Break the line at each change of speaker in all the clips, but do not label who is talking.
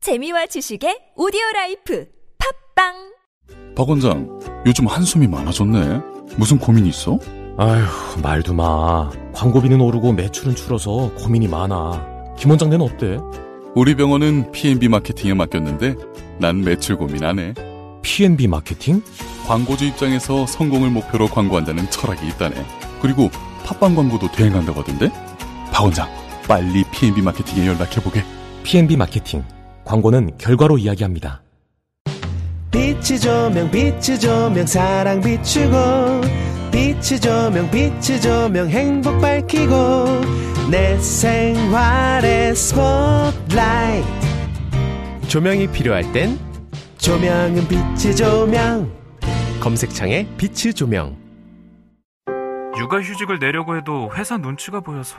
재미와 지식의 오디오 라이프 팝빵
박 원장, 요즘 한숨이 많아졌네. 무슨 고민 있어?
아휴, 말도 마. 광고비는 오르고 매출은 줄어서 고민이 많아. 김 원장내는 어때?
우리 병원은 P&B 마케팅에 맡겼는데 난 매출 고민 안 해.
P&B 마케팅?
광고주 입장에서 성공을 목표로 광고한다는 철학이 있다네. 그리고 팟빵 광고도 대행한다고 하던데? 박 원장, 빨리 P&B 마케팅에 연락해보게.
P&B 마케팅. 광고는 결과로 이야기합니다.
빛이 조명 빛이 조명 사랑 비추고 빛이 조명 빛이 조명 행복 밝히고 내 생활의 스포트라이트 조명이 필요할 땐 조명은 빛이 조명 검색창에 빛이 조명
육아휴직을 내려고 해도 회사 눈치가 보여서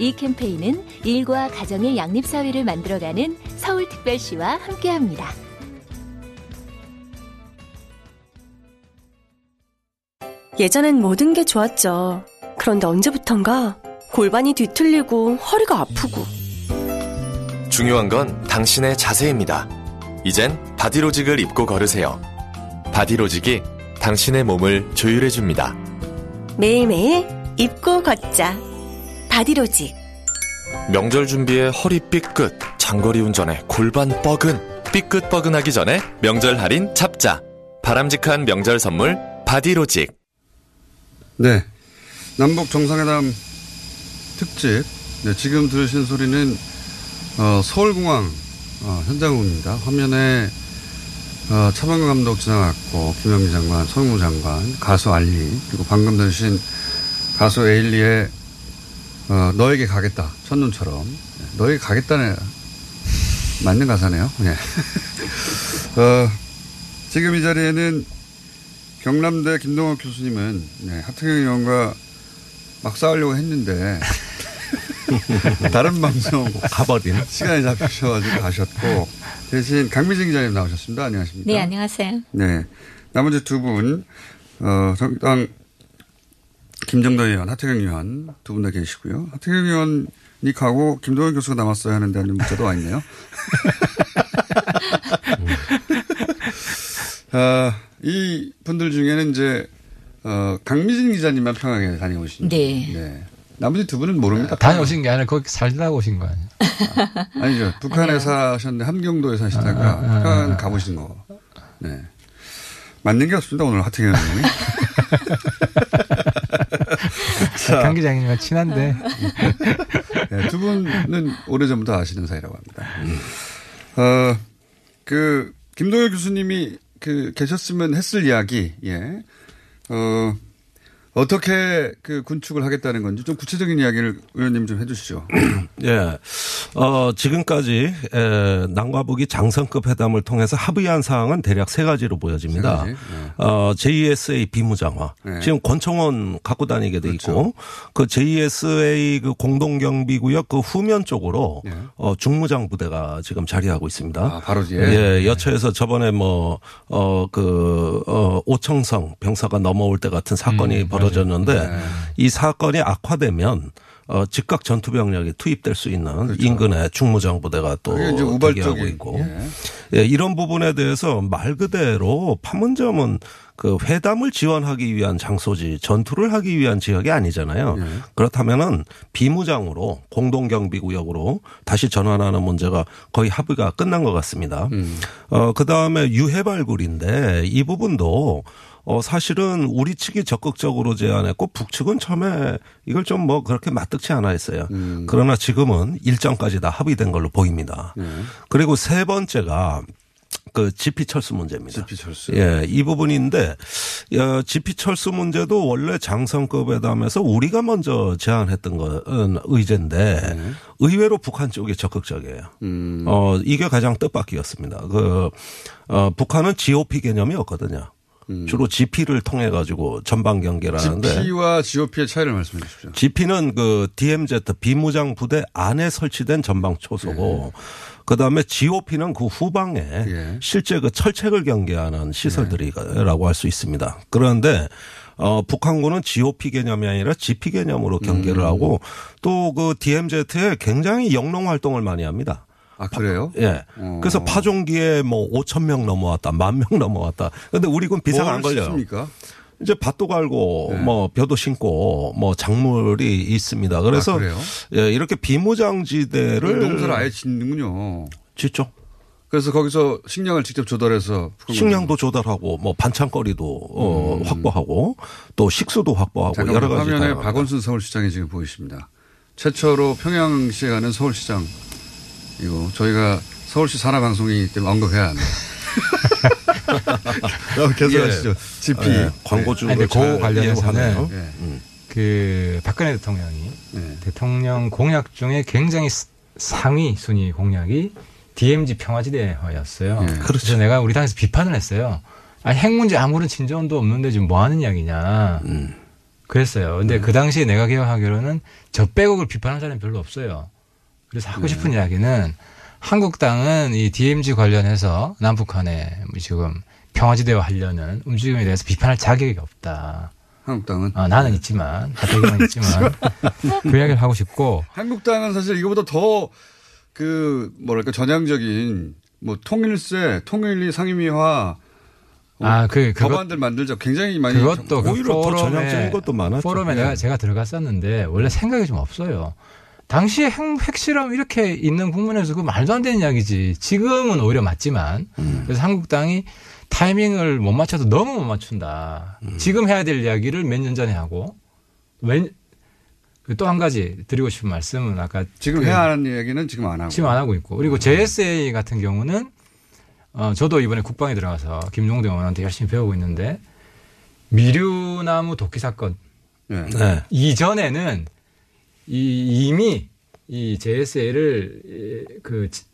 이 캠페인은 일과 가정의 양립사회를 만들어가는 서울특별시와 함께합니다.
예전엔 모든 게 좋았죠. 그런데 언제부턴가 골반이 뒤틀리고 허리가 아프고
중요한 건 당신의 자세입니다. 이젠 바디로직을 입고 걸으세요. 바디로직이 당신의 몸을 조율해줍니다.
매일매일 입고 걷자. 바디로직.
명절 준비에 허리 삐끗, 장거리 운전에 골반 뻐근, 삐끗뻐근하기 전에 명절 할인 잡자. 바람직한 명절 선물 바디로직.
네. 남북 정상회담 특집. 네, 지금 들으신 소리는 어, 서울공항 어, 현장음입니다. 화면에 어, 차범근 감독 지나갔고 김영민 장관, 서영무 장관, 가수 알리 그리고 방금 들으신 가수 에일리의 어, 너에게 가겠다 첫눈처럼 네, 너에게 가겠다는 맞는 가사네요. 네. 어, 지금 이 자리에는 경남대 김동욱 교수님은 네, 하태경 의원과 막 싸우려고 했는데 다른 방송 가버린 시간이 잡히셔가지고 가셨고 대신 강민진 기자님 나오셨습니다. 안녕하십니까?
네, 안녕하세요.
네. 나머지 두 분, 어, 정당 김정도 의원, 하태경 의원 두 분 다 계시고요. 하태경 의원이 가고 김동현 교수가 남았어야 하는데 하는 문자도 와 있네요. 어, 이 분들 중에는 이제 어, 강미진 기자님만 평양에 다녀오신.
네.
네. 나머지 두 분은 모릅니다.
다녀오신 게 아니라 거기 살다 오신 거 아니에요?
아니죠. 북한에 사셨는데 함경도에 사시다가
아, 아,
북한
아.
가보신 거. 네. 맞는 게 없습니다. 오늘 하태경 의원이. 자.
강 기장님과 친한데
네, 두 분은 오래전부터 아시는 사이라고 합니다. 어, 그, 김동열 교수님이 그, 계셨으면 했을 이야기, 예. 어, 어떻게 그 군축을 하겠다는 건지 좀 구체적인 이야기를 의원님 좀 해주시죠.
예. 어, 지금까지 에, 남과 북이 장성급 회담을 통해서 합의한 사항은 대략 세 가지로 보여집니다.
세 가지,
어, JSA 비무장화.
네.
지금 권총원 갖고 다니게 돼 있고 그 JSA 그 공동경비구역 그 후면 쪽으로
네.
어, 중무장 부대가 지금 자리하고 있습니다.
아, 바로 뒤에?
예, 여차에서 저번에 뭐, 어, 그, 어, 오청성 병사가 넘어올 때 같은
음,
사건이 벌어졌는데
네.
이 사건이 악화되면 어, 즉각 전투병력이 투입될 수 있는 인근의 중무장부대가 또
그게 이제 우발적인,
대기하고 있고
예.
예, 이런 부분에 대해서 말 그대로 판문점은 그 회담을 지원하기 위한 장소지 전투를 하기 위한 지역이 아니잖아요. 그렇다면은 비무장으로 공동경비구역으로 다시 전환하는 문제가 거의 합의가 끝난 것 같습니다. 어, 그 다음에 유해발굴인데 이 부분도 어, 사실은 우리 측이 적극적으로 제안했고 북측은 처음에 이걸 좀 뭐 그렇게 마뜩치 않아 했어요.
음.
그러나
네.
지금은 일정까지 다 합의된 걸로 보입니다. 그리고 세 번째가 그 지피 철수 문제입니다.
지피 철수.
예, 이 부분인데 어, 지피 철수 문제도 원래 장성급 회담에서 우리가 먼저 제안했던 건 음, 의제인데 의외로 북한 쪽이 적극적이에요.
음,
어, 이게 가장 뜻밖이었습니다. 그 어, 북한은 GOP 개념이 없거든요.
음.
주로 GP를 통해 가지고 전방 경계라는데
GP와 GOP의 차이를 말씀해 주십시오.
GP는 그 DMZ 비무장 부대 안에 설치된 전방 초소고
예.
그다음에 GOP는 그 후방에 실제 그 철책을
예.
경계하는 시설들이라고 할 수 있습니다. 그런데 어 북한군은 GOP 개념이 아니라 GP 개념으로
음.
경계를 하고 또 그 DMZ에 굉장히 영농 활동을 많이 합니다.
아 그래요?
예.
어.
그래서 파종기에 뭐 5천 명 넘어왔다, 만 명 넘어왔다. 근데 우리군 비상 안
뭘
걸려요.
씻습니까? 아,
이제 밭도
예.
갈고 뭐 벼도 심고 뭐 작물이 있습니다.
아,
그래서
그래요?
예, 이렇게 비무장지대를
농사를 아예 짓는군요.
짓죠.
그래서 거기서 식량을 직접 조달해서 북한
식량도 조달하고 뭐 반찬거리도 어, 확보하고 또 식수도 확보하고
음. 잠깐만,
어, 뭐 여러 가지
화면에
다양합니다.
박원순 서울시장이 지금 보이십니다. 최초로 평양시에 가는 서울시장 이거 저희가 서울시 산하 방송이기 때문에 언급해야 하네요. 그럼 아, 계속하시죠. GP
예,
아니, 근데 그 관련해서는
예.
음,
그 박근혜 대통령이
네.
대통령 공약 중에 굉장히 스- 상위 순위 공약이 DMZ 평화지대화였어요. 그래서 내가 우리 당에서 비판을 했어요. 아니 핵 문제 아무런 진전도 없는데 지금 뭐 하는 이야기냐. 그랬어요. 근데 그 당시에 내가 기억하기로는 저 빼곡을 비판한 사람이 별로 없어요. 그래서 하고 싶은 이야기는 한국당은 이 DMZ 관련해서 남북한의 지금 평화지대화 하려는 움직임에 대해서 비판할 자격이 없다.
한국당은?
아, 나는 있지만, 하태경은 있지만, 그 이야기를 하고 싶고,
한국당은 사실 이거보다 더 그 뭐랄까 전향적인 뭐 통일세, 통일리 상임위화 어,
아, 그- 그것-
법안들 만들자 굉장히 많이
그것도 그
오히려 더 전향적인
포럼에,
것도 많았죠.
포럼에
예.
내가 제가 들어갔었는데, 원래 생각이 좀 없어요. 당시에 핵, 핵실험 이렇게 있는 국면에서 그 말도 안 되는 이야기지. 지금은 오히려 맞지만,
음.
그래서 한국당이 타이밍을 못 맞춰서 너무 못 맞춘다.
음.
지금 해야 될 이야기를 몇 년 전에 하고, 그 또 한 가지 드리고 싶은 말씀은 아까
지금
그-
해야 하는 이야기는 지금 안 하고 음.
지금 안 하고 있고 그리고 JSA 같은 경우는 어, 저도 이번에 국방에 들어가서 김종대 의원한테 열심히 배우고 있는데 미류나무 도끼 사건
예.
네.
이전에는 이, 이미 이 JSA를 그 지-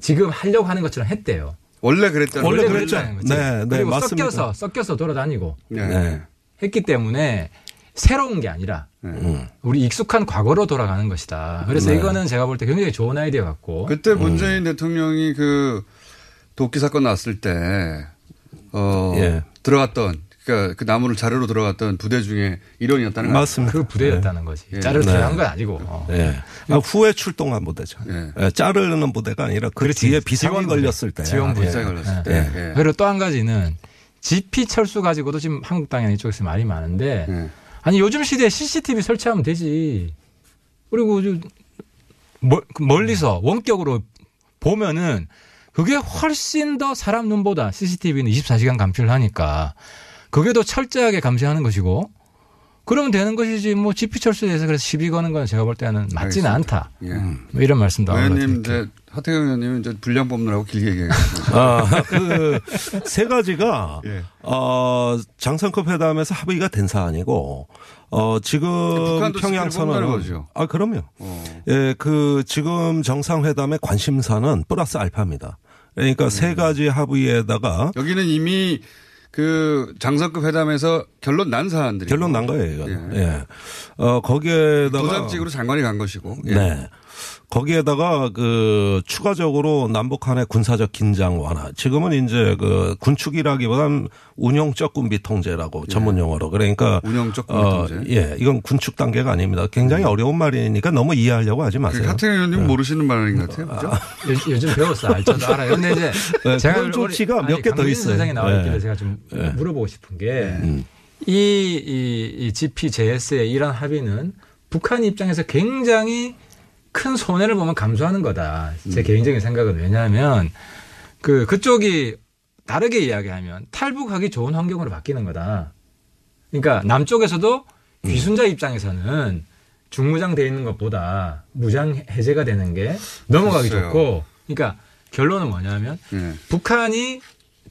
지금 하려고 하는 것처럼 했대요.
원래 그랬다는
원래
거죠?
그랬죠.
네, 네,
그리고
맞습니다.
섞여서 섞여서 돌아다니고
네. 네.
했기 때문에 새로운 게 아니라
예.
음.
우리 익숙한 과거로 돌아가는 것이다. 그래서
네.
이거는 제가 볼 때 굉장히 좋은 아이디어 같고
그때 문재인 대통령이 그 도끼 사건 났을 때, 어,
예.
들어갔던, 그니까 그 나무를 자료로 들어갔던 부대 중에 일원이었다는 거
맞습니다.
아닙니까?
그 부대였다는 거지. 자를
네.
들어간 건 아니고. 어.
예. 아, 후에 출동한 부대죠. 예, 자르는 부대가 아니라 그 뒤에 비상이 걸렸을 때.
지원
예.
부대. 아, 예. 그리고 또 한 가지는 GP 철수 가지고도 지금 한국당이나 이쪽에서 말이 많은데
예.
아니 요즘 시대에 CCTV 설치하면 되지. 그리고 저 멀- 그 멀리서 원격으로 보면은 그게 훨씬 더 사람 눈보다 CCTV는 24시간 감시를 하니까 그게 더 철저하게 감시하는 것이고 그러면 되는 것이지 뭐 GP 철수에 대해서 그래서 시비 거는 건 제가 볼 때는 맞지는 않다. 뭐 이런 말씀도 하고
예. 그 의원님, 이제, 하태경 의원님은 이제 분량 뽑느라고 길게 얘기해요.
아, 그 세 가지가
예.
어, 장성급 회담에서 합의가 된 사안이고 어, 지금
그 북한도
평양
스피를 뽑는다는
선언은
거죠.
아, 그럼요.
어.
예, 그 지금 정상회담의 관심사는 플러스 알파입니다. 그러니까
음.
세 가지 합의에다가
여기는 이미 그 장성급 회담에서 결론 난 사안들이. 결론
난 거예요, 예. 어, 거기에다가
도장직으로 장관이 간 것이고. 예.
네. 거기에다가 그 추가적으로 남북 한의 군사적 긴장 완화. 지금은 이제 그 군축이라기보단 운용적 군비 통제라고 전문 용어로. 그러니까
예. 운용적 군비
어,
통제. 음.
예. 이건 군축 단계가 아닙니다. 굉장히 어려운 말이니까 너무 이해하려고 하지
그
마세요.
하태경 의원님 은 모르시는 말인 것 같아요. 그죠?
요- 요즘 배웠어. 알- 저도 알아요. 근데 이제
네,
제가
그런 조치가 몇개더 있어요.
세상에 나와 있길래
네.
제가 좀
네. 음.
물어보고 싶은 게 이 이, 이 GPJS의 이런 합의는 북한 입장에서 굉장히 큰 손해를 보면 감수하는 거다.
음.
제 개인적인 생각은 왜냐하면 그 그쪽이 다르게 이야기하면 탈북하기 좋은 환경으로 바뀌는 거다. 그러니까 남쪽에서도
음.
귀순자 입장에서는 중무장 돼 있는 것보다 무장 해제가 되는 게 넘어가기
글쎄요.
좋고, 그러니까 결론은 뭐냐면 북한이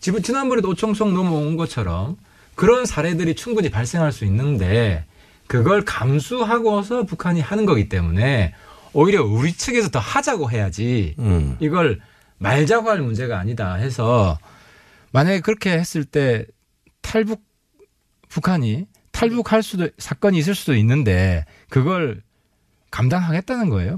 지금 지난번에도 오총성 넘어온 것처럼 그런 사례들이 충분히 발생할 수 있는데 그걸 감수하고서 북한이 하는 거기 때문에 오히려 우리 측에서 더 하자고 해야지
음.
이걸 말자고 할 문제가 아니다 해서 만약에 그렇게 했을 때 탈북 북한이 탈북할 수도 사건이 있을 수도 있는데 그걸 감당하겠다는 거예요?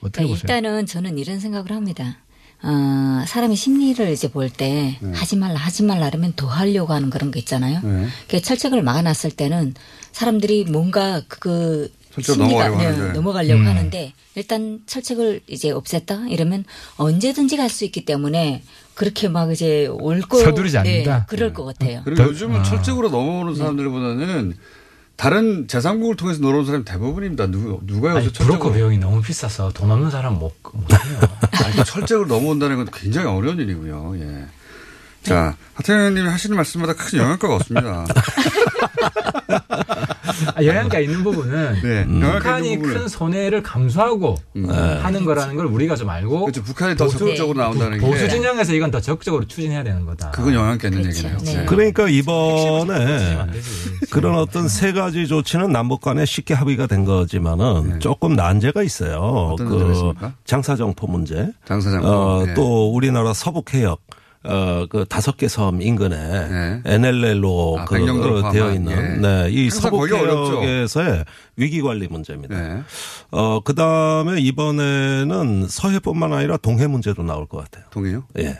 어떻게
그러니까
보세요?
일단은 저는 이런 생각을 합니다. 어, 사람이 심리를 이제 볼 때
음.
하지 말라 하지 말라 그러면 더 하려고 하는 그런 거 있잖아요.
네.
그 철책을 막아놨을 때는 사람들이 뭔가 그
철책
심리가
넘어가려고 하는데.
넘어가려고
음.
하는데 일단 철책을 이제 없앴다 이러면 언제든지 갈 수 있기 때문에 그렇게 막 이제 올거
서두르지 않는다?
그럴 것 같아요.
그리고 요즘은 철책으로 넘어오는 사람들보다는 다른 제3국을 통해서 놀아온 사람이 대부분입니다. 누, 누가 요새
아니, 브로커
철책으로,
비용이 너무 비싸서 돈 없는 사람 못, 못 해요.
아니, 철책으로 넘어온다는 건 굉장히 어려운 일이고요. 예. 자, 하태경 님이 하시는 말씀마다 큰 영향가가 없습니다.
아, 영향가 있는 부분은
네, 영향가
북한이
있는 부분은. 음.
큰 손해를 감수하고 하는 거라는 걸 우리가 좀 알고 북한이
그렇죠. 더 적극적으로 나온다는 게.
보수 진영에서 이건 더 적극적으로 추진해야 되는 거다.
그건 영향가 있는
그렇죠.
얘기네요.
네.
그러니까 이번에 그런 어떤 세 가지 조치는 남북 간에 쉽게 합의가 된 거지만은 조금 난제가 있어요. 그
네. 어떤 난제가 있습니까?
장사정포 문제.
장사정포,
어,
예.
또 우리나라 서북 해역 어, 그 다섯 개 섬 인근에 NLL로
네. 아,
그,
백령도를
어,
포함한,
되어 있는
예.
네, 이
항상
서북
거기 어렵죠. 네.
해역에서의 위기 관리 문제입니다. 어, 그다음에 이번에는 서해뿐만 아니라 동해 문제도 나올 것 같아요.
동해요?
예.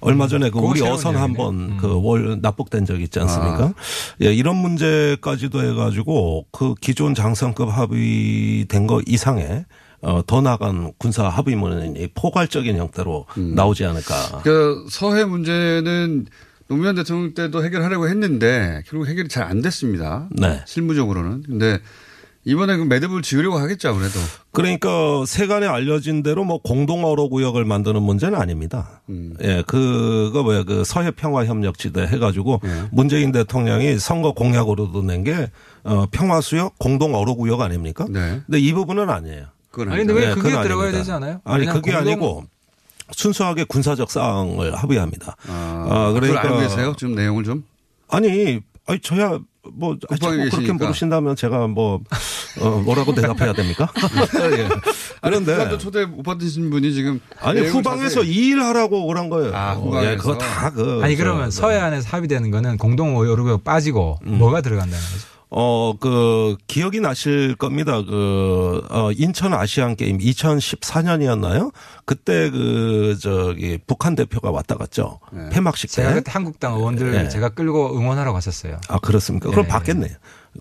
얼마 전에 그
그거
우리
새로운
어선
이야기네. 음.
한번 그 월 납북된 적 있지 않습니까?
아.
예, 이런 문제까지도 해가지고 그 기존 장성급 합의된 거 이상의 어, 더 나간 군사 합의문이 포괄적인 형태로
음.
나오지 않을까.
그 서해 문제는 노무현 대통령 때도 해결하려고 했는데 결국 해결이 잘 안 됐습니다.
네.
실무적으로는. 근데 이번에 그 매듭을 지으려고 하겠죠, 아무래도.
그러니까 세간에 알려진 대로 뭐 공동 어로 구역을 만드는 문제는 아닙니다.
음.
예, 그거 뭐야 그 서해 평화 협력 지대 해가지고
네.
문재인 대통령이 선거 공약으로도 낸 게 어, 평화 수역 공동 어로 구역 아닙니까?
네.
근데 이 부분은 아니에요. 네,
그건 아니, 근데 왜 그게
그건
들어가야
아닙니다.
되지 않아요?
아니
그냥
그게
공동-
아니고 순수하게 군사적 사항을 합의합니다. 아,
그걸 알고 계세요? 좀 내용을 좀?
아니, 아니 저야 뭐 아, 자꾸 그렇게
계시니까.
물으신다면 제가 뭐 어, 뭐라고 대답해야 됩니까? 예. 그런데
북한도 초대 못 받으신 분이 지금
아니
내용을
후방에서
자세히- 아,
이 일하라고 그런 거예요. 어,
후방에서.
예, 그거 다그
아니 그러면 서해안에서 합의되는 거는 공동 오요로 빠지고
음.
뭐가 들어간다는 거죠?
어, 그, 기억이 나실 겁니다. 그, 어, 인천 아시안 게임 2014년이었나요? 그때 그, 저기, 북한 대표가 왔다 갔죠. 폐막식 때.
네. 제가 그때 한국당 의원들
예.
제가 끌고 응원하러 갔었어요.
아, 그렇습니까? 그럼
예,
받겠네요.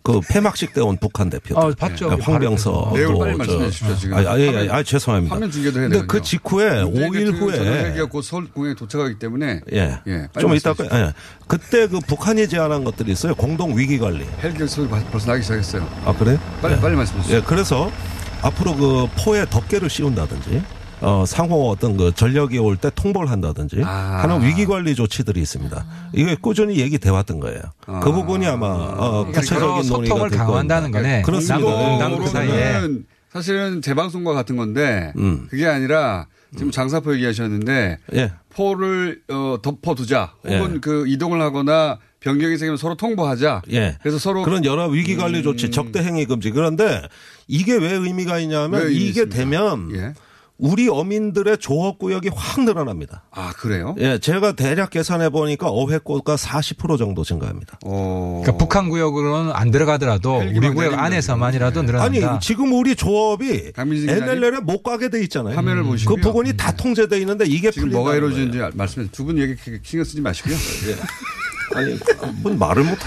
그 폐막식 때 온 북한 대표. 네,
아, 봤죠.
황병서.
내용을
또
빨리
저-
말씀해 주십시오, 지금.
아, 아, 예,
화면-
예, 아, 죄송합니다.
화면 중계도 해야
근데 그
되거든요.
직후에
문재인
5일
대통령
후에
전화기가 곧 서울 공항에 도착하기 때문에
예.
빨리
좀 이따,
말씀해
예. 그때 그 북한이 제안한 것들이 있어요. 공동 위기 관리.
헬기 소리 바- 벌써 나기 시작했어요.
아, 그래요?
빨리,
그 예.
빨리 말씀해 주세요.
예, 그래서 앞으로 그 포에 덮개를 씌운다든지, 어, 상호 어떤 그 전력이 올 때 통보를 한다든지
아.
하는 위기 관리 조치들이 있습니다. 이게 꾸준히 얘기돼 왔던 거예요. 그 부분이 아마 어,
그러니까
구체적인
서로
논의가
소통을
될
강화한다는
겁니다.
거네.
그렇습니다.
남북, 남북
그거는 사실은 재방송과 같은 건데
음.
그게 아니라 지금 장사포 얘기하셨는데
예.
포를 어, 덮어두자 혹은
예.
그 이동을 하거나 변경이 생기면 서로 통보하자.
예.
그래서 서로
그런 여러 위기
음.
관리 조치, 적대 행위 금지. 그런데 이게 왜 의미가
왜
있냐면
의미
이게
네, 있습니다. 예.
되면
예.
우리 어민들의 조업 구역이 확 늘어납니다.
아 그래요?
예, 제가 대략 계산해 보니까 어획고가 40% 정도 증가합니다.
어.
그러니까 북한 구역으로는 안 들어가더라도 우리 구역 안에서만이라도 늘어난다.
아니 지금 우리 조업이
기자님?
NLL에 못 가게 돼 있잖아요.
화면을
음.
보시고요.
그 부분이 다 통제돼 있는데 이게
지금
풀린다는
뭐가
거예요. 예.
이루어지는지 말씀해 주세요. 두 분 얘기 그렇게 신경 쓰지 마시고요.
아니 뭔 말을 못.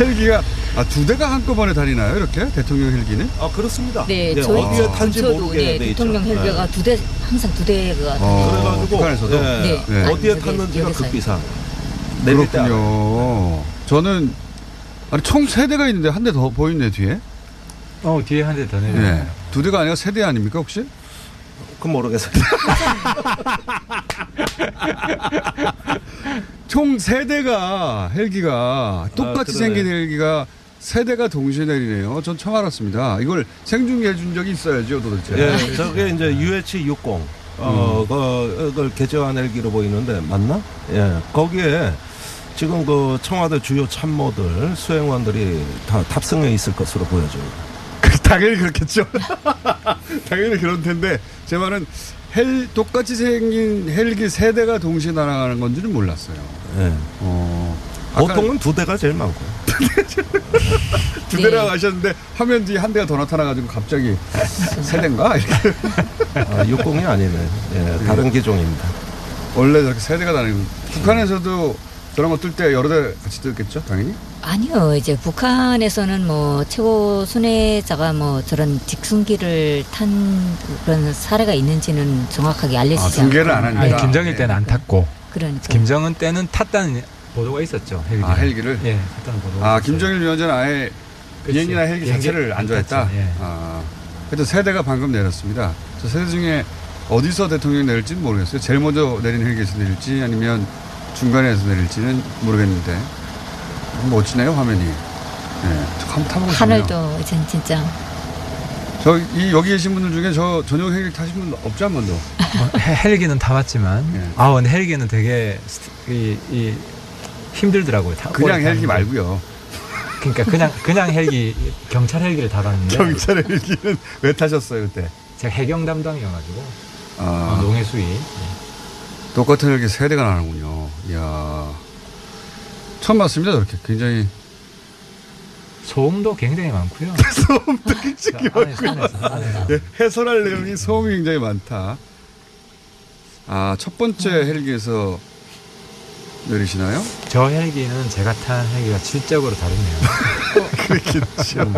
헬기가 아, 두 대가 한꺼번에 다니나요? 이렇게 대통령 헬기는?
아 그렇습니다.
네, 저희 근처도 네, 대통령 헬기가 두 대 항상 두 대가
그래가지고 어, 북한에서도
네. 네.
어디에
여기,
탔는지가
여기서요.
급비상. 예. 내릴 때
그렇군요. 저는 아니 총 세 대가 있는데 한 대 더 보이네 뒤에.
어 뒤에 한 대더
네.
예.
내려.
두 대가 아니라 세 대 아닙니까 혹시?
그건 모르겠어요.
총 세 대가 헬기가
아,
똑같이
그러네.
생긴 헬기가 세 대가 동시에 내리네요.
네.
네.
전 처음 알았습니다. 이걸 생중계해 준 적이 있어야죠 도대체.
예, 저게 이제 UH 60 어, 그, 그걸 개정안 일기로 보이는데 맞나? 예, 거기에 지금 그 청와대 주요 참모들 수행원들이 다 탑승해 있을 것으로 보여져요.
당연히 그렇겠죠. 당연히 그런 텐데 제 말은 헬 똑같이 생긴 헬기 세 대가 동시에 날아가는 건지는 몰랐어요. 어.
예.
아까-
보통은 두 대가 제일 많고.
두 대라고 하셨는데 화면 뒤에 한 대가 더 나타나가지고 갑자기 세 대인가 이렇게
아, 60이 아니네. 예, 다른 기종입니다.
원래 저렇게 세 대가 다니고 북한에서도 저런 거 뜰 때 여러 대 같이 뜰겠죠 당연히.
아니요, 이제 북한에서는 뭐 최고 순회자가 뭐 저런 직승기를 탄 그런 사례가 있는지는 정확하게
아,
알려지지 않고
네. 아니,
네.
김정일 때는 안 탔고.
그러니까.
김정은 때는 탔다는 보도가 있었죠. 헬기를.
아 헬기를.
예, 탔다는 보도가.
아
있었어요.
김정일 위원장은 아예
그치.
비행기나 헬기
비행기
자체를 안 좋아했다.
탔지, 예.
아, 그래서 세 대가 방금 내렸습니다. 저 세 대 중에 어디서 대통령이 내릴지는 모르겠어요. 제일 먼저 내린 헬기에서 내릴지 아니면 중간에서 내릴지는 모르겠는데 멋지네요 화면이. 예, 한번 타보고 싶네요.
하늘도 이제 진짜
저, 이, 여기 계신 분들 중에 저 전용 헬기 타신 분 없지 한 번도.
어, 헬- 헬기는 타봤지만
네.
아, 근데 헬기는 되게 스티- 이, 이 힘들더라고요. 타-
그냥
오래 타는
헬기
게.
말고요.
그러니까 그냥 그냥 헬기 경찰 헬기를 달았는데
경찰 헬기는 왜 타셨어요 그때?
제가 해경 담당이어가지고
아.
어, 농해 수위.
똑같은 헬기 세 대가 나는군요. 이야. 처음 봤습니다, 저렇게. 굉장히.
소음도 굉장히 많고요.
소음도 굉장히
많고요.
예, 해설할 내용이 소음이 굉장히 많다. 아, 첫 번째 헬기에서 내리시나요?
저 헬기는 제가 탄 헬기가 질적으로 다르네요.
그렇겠죠. 음.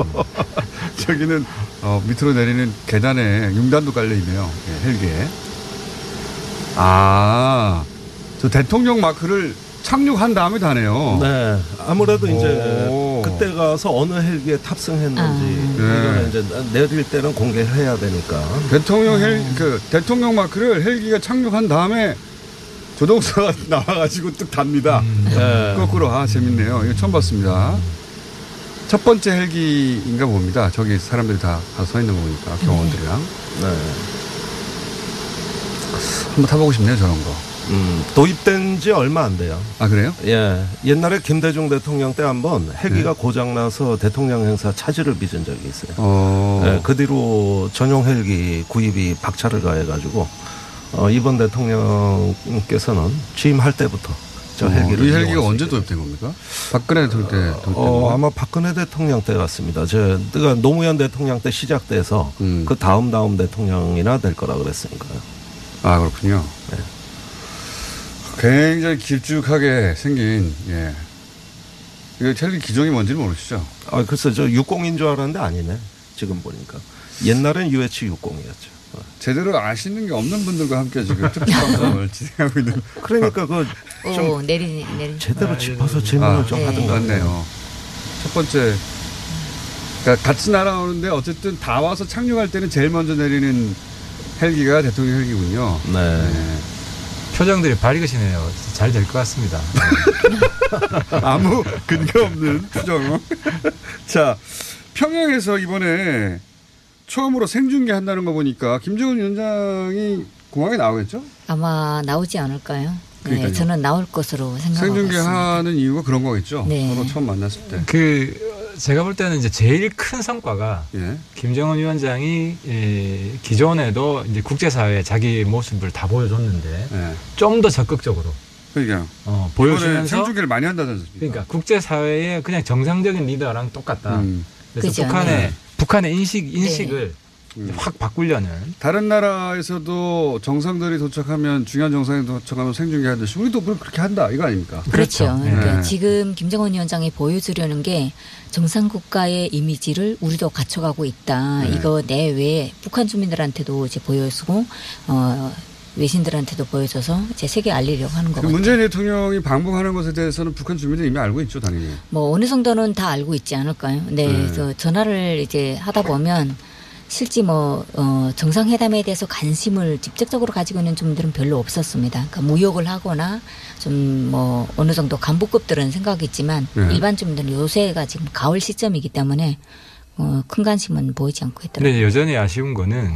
저기는 어, 밑으로 내리는 계단에 융단도 깔려 있네요. 예, 헬기에. 아, 저 대통령 마크를 착륙한 다음에 다네요.
네. 아무래도 이제
오.
그때 가서 어느 헬기에 탑승했는지
아.
이거는 이제 내릴 때는 공개를 해야 되니까.
대통령 헬, 그 대통령 마크를 헬기가 착륙한 다음에 조동사가 나와가지고 뚝 답니다.
네.
거꾸로 아 재밌네요. 이거 처음 봤습니다. 첫 번째 헬기인가 봅니다. 저기 사람들이 다 서 있는 거 보니까
네.
경호원들이랑. 네. 한번 타보고 싶네요 저런 거.
음, 도입된 지 얼마 안 돼요.
아 그래요?
예, 옛날에 김대중 대통령 때 한번
네.
헬기가 고장나서 대통령 행사 차질을 빚은 적이 있어요.
어.
예, 그 뒤로 전용 헬기 구입이 박차를 가해가지고 어, 이번 대통령께서는 취임할 때부터 저
어,
그렇죠. 헬기를
이 헬기가
이용할 수
언제 도입된 겁니까? 박근혜 대통령 때 도입된
어,
건가요?
아마 박근혜 대통령 때 같습니다. 저, 그러니까 노무현 대통령 때 시작돼서 그 다음 다음 대통령이나 될 거라 그랬으니까요.
아 그렇군요.
네.
굉장히 길쭉하게 생긴 예. 이거 헬기 기종이 뭔지는 모르시죠?
아, 글쎄 저 60인 줄 알았는데 아니네. 지금 보니까 옛날엔 UH 60이었죠.
제대로 아시는 게 없는 분들과 함께 지금 특집 방송을 진행하고 있는
그러니까 그
오 내리 내리
제대로 짚어서 질문을
아,
좀 하든가.
맞네요. 첫 번째 그러니까 같이 날아오는데 어쨌든 다 와서 착륙할 때는 제일 먼저 내리는 헬기가 대통령 헬기군요.
네.
표정들이 밝으시네요. 잘 될 것 같습니다.
아무 근거 없는 표정. 자, 평양에서 이번에 처음으로 생중계 한다는 거 보니까 김정은 위원장이 공항에 나오겠죠?
아마 나오지 않을까요? 네,
그러니까요.
저는 나올 것으로 생각하고 있습니다.
생중계하는 이유가 그런 거겠죠.
네.
서로 처음 만났을 때.
그 제가 볼 때는 이제 제일 큰 성과가
예.
김정은 위원장이 예, 기존에도 이제 국제사회에 자기 모습을 다 보여줬는데 좀 더 적극적으로
예. 그러니까
어, 보여주면서
생중계를 많이 한다는 소리.
그러니까 국제사회의 그냥 정상적인 리더랑 똑같다. 그래서
음. 그죠,
북한의
네. 음.
북한의 인식 인식을 확 바꾸려는
다른 나라에서도 정상들이 도착하면 중요한 정상이 도착하면 생중계 하듯이 우리도 그럼 그렇게 한다 이거 아닙니까?
그렇죠. 그러니까
네.
지금 김정은 위원장이 보여주려는 게 정상 국가의 이미지를 우리도 갖춰가고 있다.
네.
이거 내외에 북한 주민들한테도 이제 보여주고 어, 외신들한테도 보여줘서 이제 세계 알리려고 하는
그
거고.
문재인 대통령이 방북하는 것에 대해서는 북한 주민들이 이미 알고 있죠 당연히.
뭐 어느 정도는 다 알고 있지 않을까요? 네,
네.
저 전화를 이제 하다 보면 실제 뭐 어, 정상회담에 대해서 관심을 직접적으로 가지고 있는 분들은 별로 없었습니다. 그러니까 무역을 하거나 좀 뭐 어느 정도 간부급들은 생각했지만
네.
일반 주민들은 요새가 지금 가을 시점이기 때문에 어, 큰 관심은 보이지 않고 있더라고요.
근데 여전히 아쉬운 거는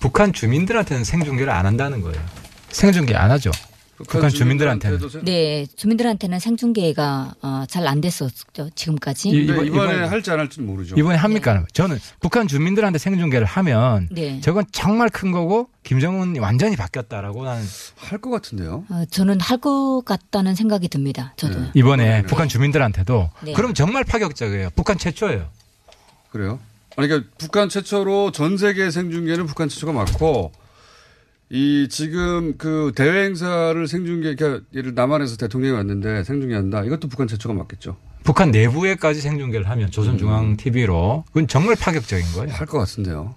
북한 주민들한테는 생중계를 안 한다는 거예요. 생중계 안 하죠. 북한, 주민들한테는.
네, 주민들한테는 생중계가 어, 잘 안 됐었죠 지금까지.
이-
이번에,
이번- 이번-
할지 안 할지는 모르죠.
이번에 합니까? 안 합니까? 저는 북한 주민들한테 생중계를 하면
네.
저건 정말 큰 거고 김정은이 완전히 바뀌었다라고 나는
할 것 같은데요.
어, 저는 할 것 같다는 생각이 듭니다. 저도.
이번에 북한 주민들한테도
네.
그럼 정말 파격적이에요. 북한 최초예요.
그래요? 아니, 그러니까 북한 최초로 전 세계 생중계는 북한 최초가 맞고 이 지금 그 대외 행사를 생중계 그러니까 예를 남한에서 대통령이 왔는데 생중계한다. 이것도 북한 최초가 맞겠죠.
북한 내부에까지 생중계를 하면 조선중앙 TV로 그건 정말 파격적인 거예요.
할 것 같은데요.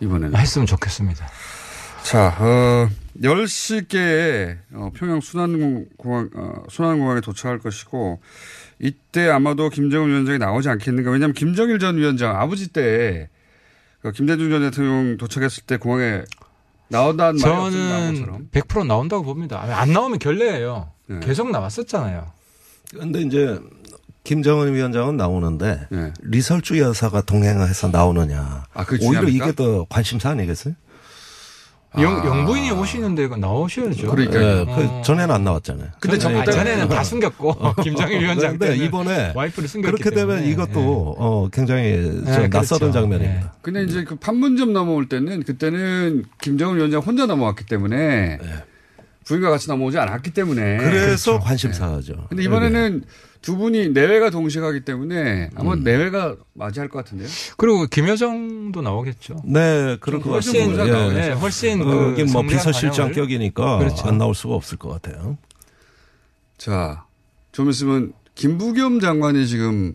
이번에는
했으면 좋겠습니다.
자, 어, 10시께 어, 평양 순환공항, 어, 순환공항에 도착할 것이고, 이때 아마도 김정은 위원장이 나오지 않겠는가. 왜냐하면 김정일 전 위원장 아버지 때, 그 김대중 전 대통령 도착했을 때 공항에 나온다는 말이 없었나,
저는 100% 나온다고 봅니다. 아니, 안 나오면 결례예요.
네.
계속 나왔었잖아요.
근데 이제 김정은 위원장은 나오는데 리설주 여사가 동행해서
예.
나오느냐.
아, 그게
오히려
중요합니까?
이게 더 관심사 아니겠어요?
영, 영부인이 오시는데 이거 나오셔야죠.
예, 그
어.
전에는 안 나왔잖아요.
그러니까. 근데 전, 아, 전에는 다 숨겼고
어.
김정일 위원장
근데
때
이번에
와이프를 숨겼기
그렇게 되면
때문에.
이것도 어, 굉장히 좀
예,
낯설은
그렇죠.
장면입니다.
근데 이제 그 판문점 넘어올 때는 그때는 김정은 위원장 혼자 넘어왔기 때문에 부인과 같이 넘어오지 않았기 때문에
네.
예.
그래서
그렇죠.
관심사죠.
네,
근데 이번에는 두 분이 내외가 동시에 가기 때문에 아마
음.
내외가 맞이할 것 같은데요.
네. 그리고 김여정도 나오겠죠.
네, 그럴 것
훨씬
같습니다.
부자가 나오죠. 네, 훨씬 그
이게 뭐
성대한
비서실장
반영을-
격이니까
그렇죠.
안 나올 수가 없을 것 같아요.
자, 좀 있으면 김부겸 장관이 지금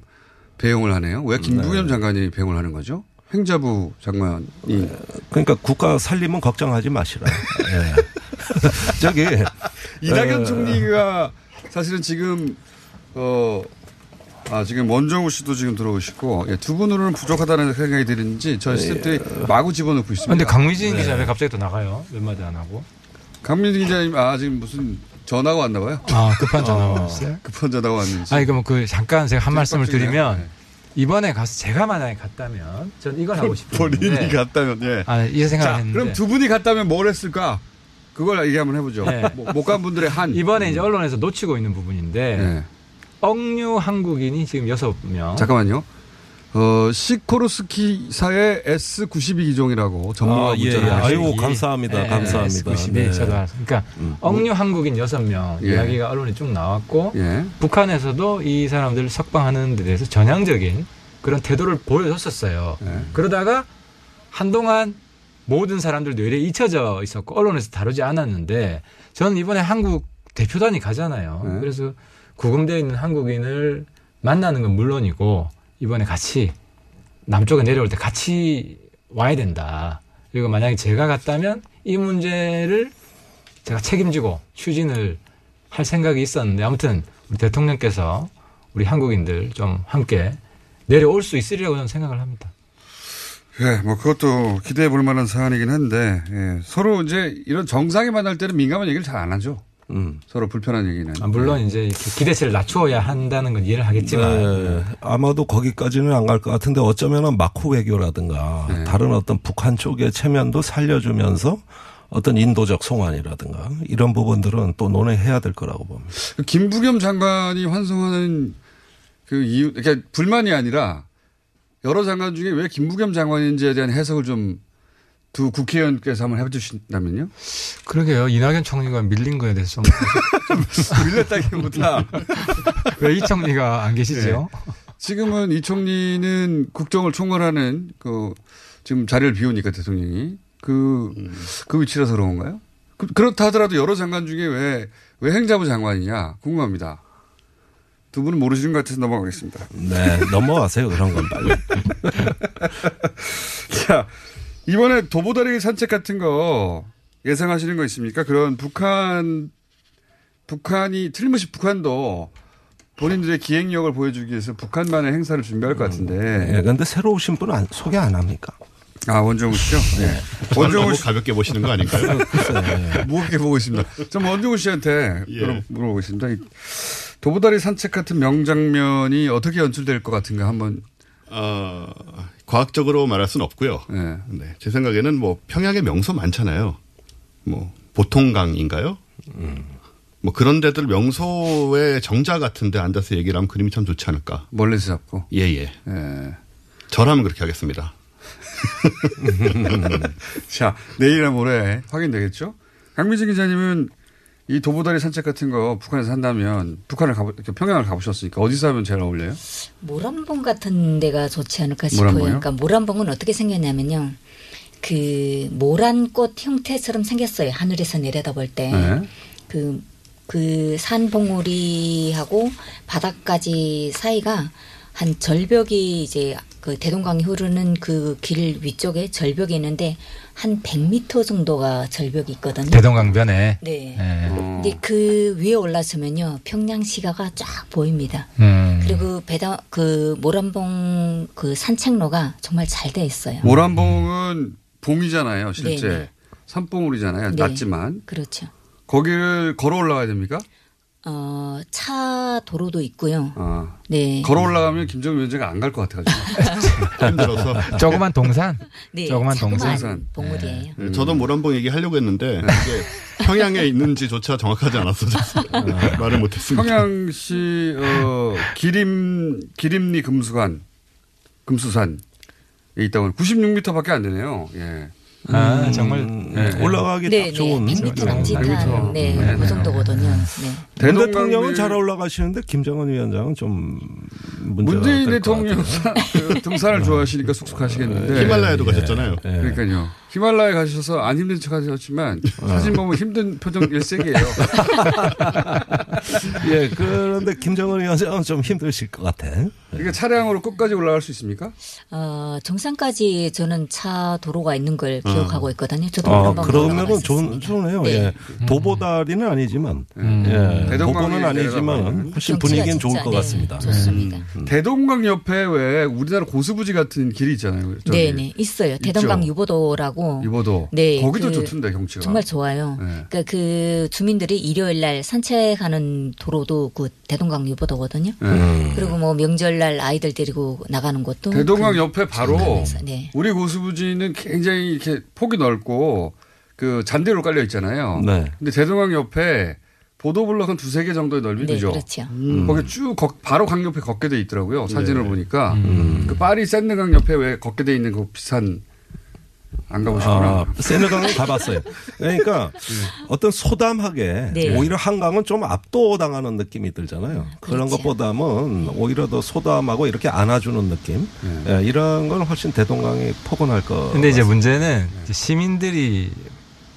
배용을 하네요. 왜 김부겸 장관이 배용을 하는 거죠? 행자부 장관이
네.
그러니까 국가 살림은 걱정하지 마시라. 예. 저기
이낙연
네.
어,
총리가 사실은 지금 어. 아 지금 원정우 씨도 지금 들어오시고 예, 두 분으로는 부족하다는 생각이 드는지 저희 스태프들이 마구 집어넣고 있습니다.
네. 근데 강미진 기자 왜
네.
갑자기 또 나가요? 몇 마디 안 하고.
강민진 기자님 아 지금 무슨 전화가 왔나 봐요.
아, 급한 전화가 왔어요?
급한 전화가 왔는지.
아니, 그럼 그 잠깐 제가 한 말씀을
뒷박질이네요.
드리면 이번에 가서 제가 만약에 갔다면 전 이걸 하고 싶은데
본인이 갔다면 예.
아, 이 생각을 했는데.
그럼 두 분이 갔다면 뭘 했을까? 그걸 얘기 한번 해보죠. 뭐, 못 간 분들의 네. 한
네.
음.
이번에 이제 언론에서 놓치고 있는 부분인데 억류 한국인이 지금 여섯 명
잠깐만요. 어, 시코르스키사의 S92기종이라고 전문가
아, 예,
문자를
예.
하셨어요.
아이고,
예,
감사합니다. 감사합니다. 네.
저도 알았어요. 그러니까
음.
억류 한국인 여섯 명
예.
이야기가 언론에 쭉 나왔고
뭐 예.
북한에서도 이 사람들을 석방하는 데 대해서 전향적인 그런 태도를 보여줬었어요.
예.
그러다가 한동안 모든 사람들 뇌리에 잊혀져 있었고 언론에서 다루지 않았는데 저는 이번에 한국 대표단이 가잖아요. 그래서 구금되어 있는 한국인을 만나는 건 물론이고 이번에 같이 남쪽에 내려올 때 같이 와야 된다. 그리고 만약에 제가 갔다면 이 문제를 제가 책임지고 추진을 할 생각이 있었는데 아무튼 우리 대통령께서 우리 한국인들 좀 함께 내려올 수 있으리라고 저는 생각을 합니다.
예, 뭐 그것도 기대해 볼 만한 사안이긴 한데 예, 서로 이제 이런 정상이 만날 때는 민감한 얘기를 잘 안 하죠.
음.
서로 불편한 얘기는.
아, 물론 이제 이렇게 기대치를 낮춰야 한다는 건 이해를
아,
하겠지만
네.
예, 아마도 거기까지는 안 갈 것 같은데 어쩌면은 마코 외교라든가
네.
다른 어떤 북한 쪽의 체면도 살려주면서 어떤 인도적 송환이라든가 이런 부분들은 또 논의해야 될 거라고 봅니다.
그 김부겸 장관이 환송하는 그 이유, 그러니까 불만이 아니라 여러 장관 중에 왜 김부겸 장관인지에 대한 해석을 좀 두 국회의원께서 한번 해주신다면요?
그러게요. 이낙연 총리가 밀린 거에 대해서 뭐
밀렸다기보다
왜 이 총리가 안 계시죠?
지금은 이 총리는 국정을 총괄하는 그 지금 자리를 비우니까 대통령이 그, 그 위치라서 그런가요? 그, 그렇다 하더라도 여러 장관 중에 왜, 왜 행자부 장관이냐 궁금합니다. 두 분은 모르시는 것 같아서 넘어가겠습니다.
네, 넘어가세요 그런 건 빨리.
자, 이번에 도보다리 산책 같은 거 예상하시는 거 있습니까? 그런 북한, 북한이, 틀림없이 북한도 본인들의 기행력을 보여주기 위해서 북한만의 행사를 준비할 것
음, 네.
같은데.
예, 근데 새로 오신 분은 안- 소개 안 합니까?
아, 원종우 씨요? 예. 원종우 씨.
네.
네.
가볍게 보시는 거 아닌가요?
무겁게 보고 있습니다. 좀 원종우 씨한테
예.
물어- 물어보겠습니다. 이 도보다리 산책 같은 명장면이 어떻게 연출될 것 같은가 한번
어, 과학적으로 말할 수는 없고요.
예,
네, 제 생각에는 뭐 평양에 명소 많잖아요. 뭐 보통강인가요? 뭐 그런 데들 명소의 정자 같은데 앉아서 얘기를 하면 그림이 참 좋지 않을까.
멀리서 잡고.
예예. 저라면 그렇게 하겠습니다.
자, 내일이나 모레 확인되겠죠? 강민지 기자님은 이 도보다리 산책 같은 거 북한에서 한다면 북한을 가보, 이렇게 평양을 가보셨으니까 어디서 하면 제일 어울려요?
모란봉 같은 데가 좋지 않을까 싶어요.
모란봉이요?
그러니까 모란봉은 어떻게 생겼냐면요. 그 모란꽃 형태처럼 생겼어요. 하늘에서 내려다볼 때.
네.
그, 그 산봉우리하고 바닥까지 사이가 한 절벽이 이제 그 대동강이 흐르는 그 길 위쪽에 절벽이 있는데 한 100m 정도가 절벽이 있거든요.
대동강변에.
네.
예.
근데 그 위에 올라서면요 평양 시가가 쫙 보입니다.
음.
그리고 배당 그 모란봉 그 산책로가 정말 잘 돼 있어요.
모란봉은 봉이잖아요, 실제.
네네.
산봉우리잖아요,
네.
낮지만.
그렇죠.
거기를 걸어 올라가야 됩니까?
어, 차 도로도 있고요.
아.
네.
걸어 올라가면 김정은 위원장이 안 갈 것 같아가지고.
힘들어서.
조그만 동산?
네,
조그만
자그마한
동산.
봉우리예요.
네, 저도 모란봉 얘기 하려고 했는데 이게 평양에 있는지조차 정확하지 않았어서
아.
말을 못했습니다.
평양시 어, 기림 기림리 금수관 금수산에 있다고 하는 96m밖에 안 되네요. 예.
아, 정말,
음,
예. 올라가기
네, 네. 100m 남짓한 네, 그 정도거든요. 네.
문
대동강변-
대통령은 잘 올라가시는데 김정은 위원장은 좀 문제가
문재인
될것
대통령
같아요.
사- 그 등산을 좋아하시니까 숙숙하시겠는데
네. 히말라야도 가셨잖아요.
네.
예.
그러니까요. 히말라야 가셔서 안 힘든 척 하셨지만 사진 보면 힘든 표정 일색이에요.
예, 그런데 김정은 위원장은 좀 힘드실 것 같아.
이게 그러니까 차량으로 끝까지 올라갈 수 있습니까?
어, 정상까지 저는 차 도로가 있는 걸
어.
기억하고 있거든요. 저도
아,
모란봉
그러면은 좋은, 좋네요. 예. 도보다리는 아니지만,
음.
예.
대동강이
도보는 아니지만,
내려가면
훨씬
경치가
분위기는
진짜,
좋을 것
네,
같습니다. 음,
좋습니다.
대동강 옆에 왜 우리나라 고수부지 같은 길이 있잖아요. 저기
네네 있어요. 대동강 유보도라고.
유보도.
네,
거기도
그
좋던데 경치가.
정말 좋아요.
네.
그러니까 그 주민들이 일요일 날 산책하는 도로도 그 대동강 유보도거든요.
음.
그리고 뭐 명절날 아이들 데리고 나가는 것도
대동강
그
옆에 바로
장안에서, 네.
우리 고수부지는 굉장히 이렇게 폭이 넓고 그 잔디로 깔려 있잖아요.
네.
근데 대동강 옆에 보도블럭 한 두세 개 정도의 넓이
네,
되죠.
그렇죠.
음. 거기 쭉 걷- 바로 강 옆에 걷게 돼 있더라고요. 사진을
네.
보니까
음.
그 파리 샌드강 옆에 왜 걷게 돼 있는 그 비싼 안 가보셨구나.
아, 세네강은 가봤어요. 그러니까 어떤 소담하게
네.
오히려 한강은 좀 압도당하는 느낌이 들잖아요.
그렇죠.
그런 것보다는 오히려 더 소담하고 이렇게 안아주는 느낌 예, 이런 건 훨씬 대동강이 포근할 것.
네. 근데 이제
같습니다.
문제는 이제 시민들이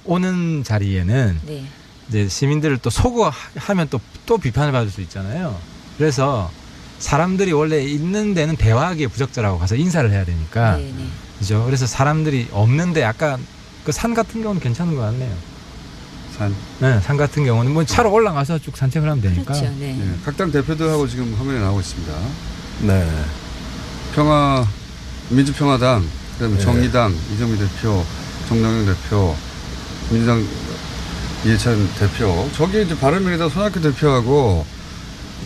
오는 자리에는
네.
이제 시민들을 또 소거하면 또, 또 비판을 받을 수 있잖아요. 그래서 사람들이 원래 있는 데는 대화하기에 부적절하고 가서 인사를 해야
아.
네.
되니까. 그죠. 그래서 사람들이 없는데 아까 그 산 같은 경우는 괜찮은 것 같네요.
산.
네, 산 같은 경우는 뭐 차로 올라가서 쭉 산책을 하면 되니까.
그렇죠. 네.
예, 각 당 대표들하고 지금 화면에 나오고 있습니다.
뭐
네.
평화 민주평화당 그다음에
네.
정의당 이정미 대표 정명영 대표 민주당 이해찬 대표 저기 이제 바른미래당 손학규 대표하고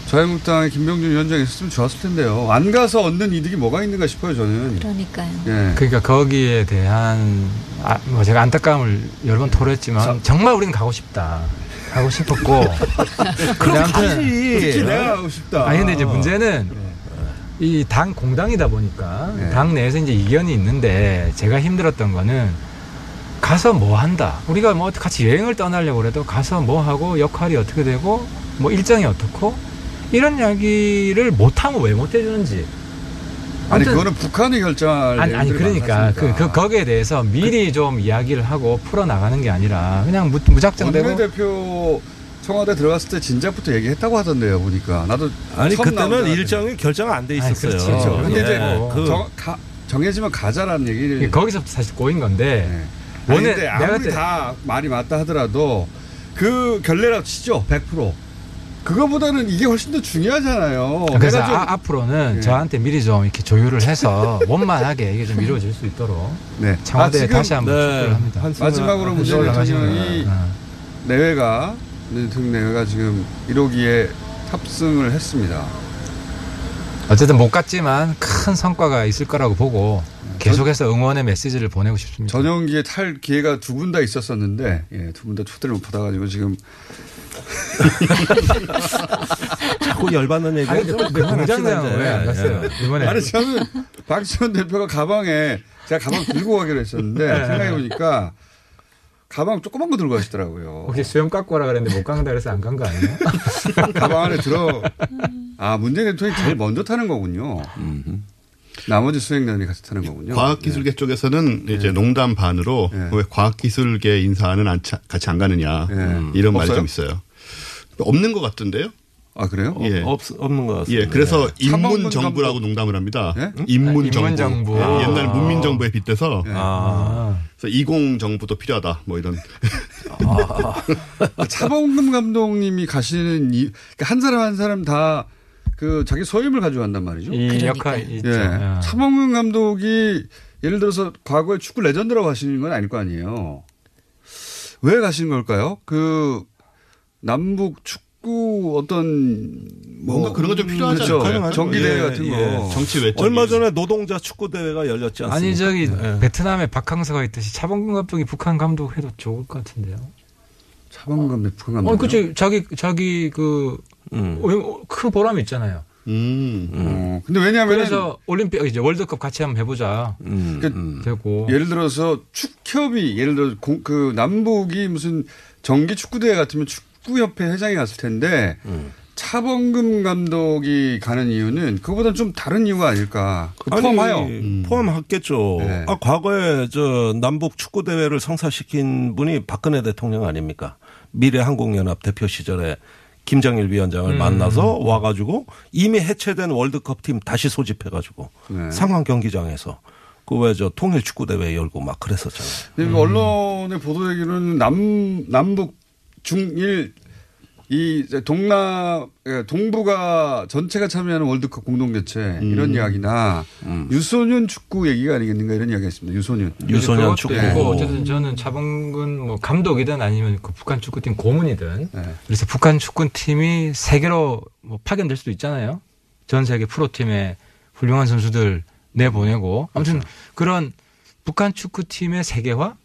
자유한국당의 김병준 위원장이 있었으면 좋았을 텐데요. 안 가서 얻는 이득이 뭐가 있는가 싶어요 저는.
그러니까요.
예.
그러니까 거기에 대한 아, 뭐 제가 안타까움을 여러 번 토로했지만 정말 우리는 가고 싶다. 가고 싶었고. 근데 아무튼
특히 내가
가고 싶다.
예. 아니 근데 이제 문제는
네.
이 당 공당이다 보니까 당 내에서 이제 이견이 있는데 제가 힘들었던 거는 가서 뭐 한다. 우리가 뭐 같이 여행을 떠나려고 그래도 가서 뭐 하고 역할이 어떻게 되고 뭐 일정이 어떻고 이런 이야기를 못 하면 왜 못 해주는지.
아니
아무튼-
그거는 북한이 결정할
아니, 아니
내용들이
그러니까 그,
많았으니까. 그
그 거기에 대해서 미리 좀 이야기를 하고 풀어 나가는 게 아니라 그냥 무, 무작정 되고
원내 대표 청와대 들어갔을 때 진작부터 얘기했다고 하던데요 보니까 나도
아니
처음 나온
그때는
줄
일정이 결정 안 돼
아니,
있었어요.
그렇지.
알았죠. 근데
예.
이제
그-
정, 가, 정해지면 가자라는 얘기를
예, 거기서 사실 꼬인 건데
원래
원래
근데
내가
네. 아무리
그때-
다 말이 맞다 하더라도 그 결례라고 치죠 100% 그거보다는 이게 훨씬 더 중요하잖아요
그래서
어, 내가 좀-
아- 앞으로는
예.
저한테 미리 좀 이렇게 조율을 해서 원만하게 이게 좀 이루어질 수 있도록
네.
청와대에
아, 지금-
다시 한번
네.
축구를 합니다.
아,
네.
마지막으로 문재인 대통령이 내외가 문재인 대통령 내외가 지금 1호기에 탑승을 했습니다
어쨌든 못 갔지만 큰 성과가 있을 거라고 보고 계속해서 응원의 메시지를 보내고 싶습니다.
네. 전용기에 탈 기회가 두 분 다 있었었는데 예, 두 분 다 초대를 못 받아가지고 지금
자꾸 열받는 얘기. 예.
아니, 근데 공장장 왜안 갔어요? 네. 이번에.
아니 저는 박지원 대표가 가방에 제가 가방 들고 가기로 했었는데
네.
생각해 보니까 가방 조그만 거 들고 가시더라고요.
혹시 수염 깎고 오라 그랬는데 못 깎는다 그래서 안 간 거 아니에요?
가방 안에 들어. 아 문재인 대통령이 제일 먼저 타는 거군요. 나머지 수행단이 같이 타는 거군요. 네.
과학기술계 쪽에서는
예.
이제 농담 반으로 왜 과학기술계 인사는 안 차- 같이 안 가느냐 음, 이런 말이
없어요?
좀 있어요. 없는 것 같던데요?
아 그래요? 네.
예.
뭐 없, 없는 것 같습니다.
예, 그래서
예.
인문 정부라고 농담을 합니다. 인문 정부.
인문정부.
예,
네,
옛날
아.
문민 정부에 빗대서
아.
네. 그래서 이공 정부도 필요하다. 뭐 이런.
아, 차범근 감독님이 가시는 이, 그러니까 한 사람 한 사람 다 그 자기 소임을 가져간단 말이죠. 예.
이 그러니까요. 역할이 있죠. 아.
차범근 감독이 예를 들어서 과거에 축구 레전드라고 하시는 건 아닐 거 아니에요. 왜 가시는 걸까요? 그 남북 축구 어떤 뭐
뭔가 그런 거 좀 필요하지
그렇죠.
않을까요?
정기대회
예,
같은 거.
예. 정치 외적인.
얼마 전에 노동자 축구 대회가 열렸지 않습니까?
아니 저기
예.
베트남에 박항서가 있듯이 차범근 감독이 북한 감독해도 좋을 것 같은데요.
차범근 감독 북한 감독.
어, 그죠 자기 자기 그
음.
어, 큰 보람이 있잖아요.
음.
어, 근데 왜냐하면
그래서 음. 올림픽 이제 월드컵 같이 한번 해보자.
그
되고
예를 들어서 축협이 예를 들어 공, 그 남북이 무슨 정기 축구대회 같으면 축구협회 회장이 갔을 텐데 차범금 감독이 가는 이유는 그보다는 좀 다른 이유가 아닐까. 그
아니,
포함하여.
음.
포함하겠죠.
네.
아, 과거에 저 남북 축구 대회를 성사시킨 분이 박근혜 대통령 아닙니까? 미래 항공연합 대표 시절에 김정일 위원장을
음.
만나서 와가지고 이미 해체된 월드컵 팀 다시 소집해가지고
네.
상황 경기장에서 그 왜 저 통일 축구 대회 열고 막 그랬었잖아요.
근데 그 언론의 보도되기로는 남 남북 중일 이 이제 동남 예, 동북아 전체가 참여하는 월드컵 공동 개최 이런 이야기나 유소년 축구 얘기가 아니겠는가 이런 이야기가 있습니다. 음. 유소년
유소년
그것도 있고 뭐 어쨌든 저는 차범근 뭐 감독이든 아니면 그 북한 축구팀 고문이든 그래서 북한 축구팀이 세계로 뭐 파견될 수도 있잖아요. 전 세계 프로팀에 훌륭한 선수들 내보내고 아무튼 그런 북한 축구팀의 세계화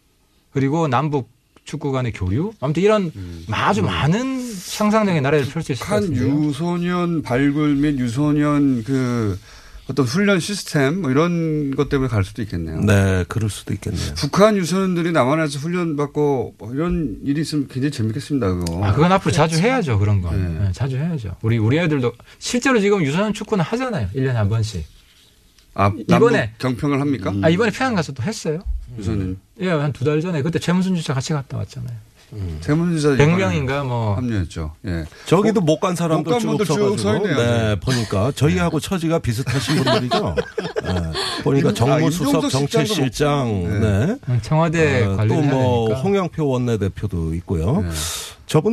그리고 남북 축구 간의 교류 아무튼 이런 아주 많은 상상력의 나라를 펼 수 있을 것
북한
같습니다.
유소년 발굴 및 유소년 그 어떤 훈련 시스템 뭐 이런 것 때문에 갈 수도 있겠네요.
네, 그럴 수도 있겠네요.
북한 유소년들이 남한에서 훈련 받고 뭐 이런 일이 있으면 굉장히 재밌겠습니다. 그거.
아, 그건 앞으로 자주 해야죠, 그런 건. 네, 자주 해야죠. 우리, 우리 애들도, 실제로 지금 유소년 축구는 하잖아요. 1년에 한 번씩.
아,
이번에.
이번에 경평을 합니까?
아, 이번에 평양 가서 또 했어요.
유소년
예, 한 두 달 전에. 그때 최문순 주차 같이 갔다 왔잖아요. 네,
세문지사
100명인가 뭐.
합류했죠. 예.
저기도 못 간
못간
사람들 쭉
분들 쭉
서가지고
서있네요,
네
지금.
보니까 저희하고 처지가 비슷하신 분들이죠. 네, 보니까
아,
정무수석
임종석
정책실장, 네.
음, 청와대 관련해야
또뭐
되니까.
홍영표 원내대표도 있고요.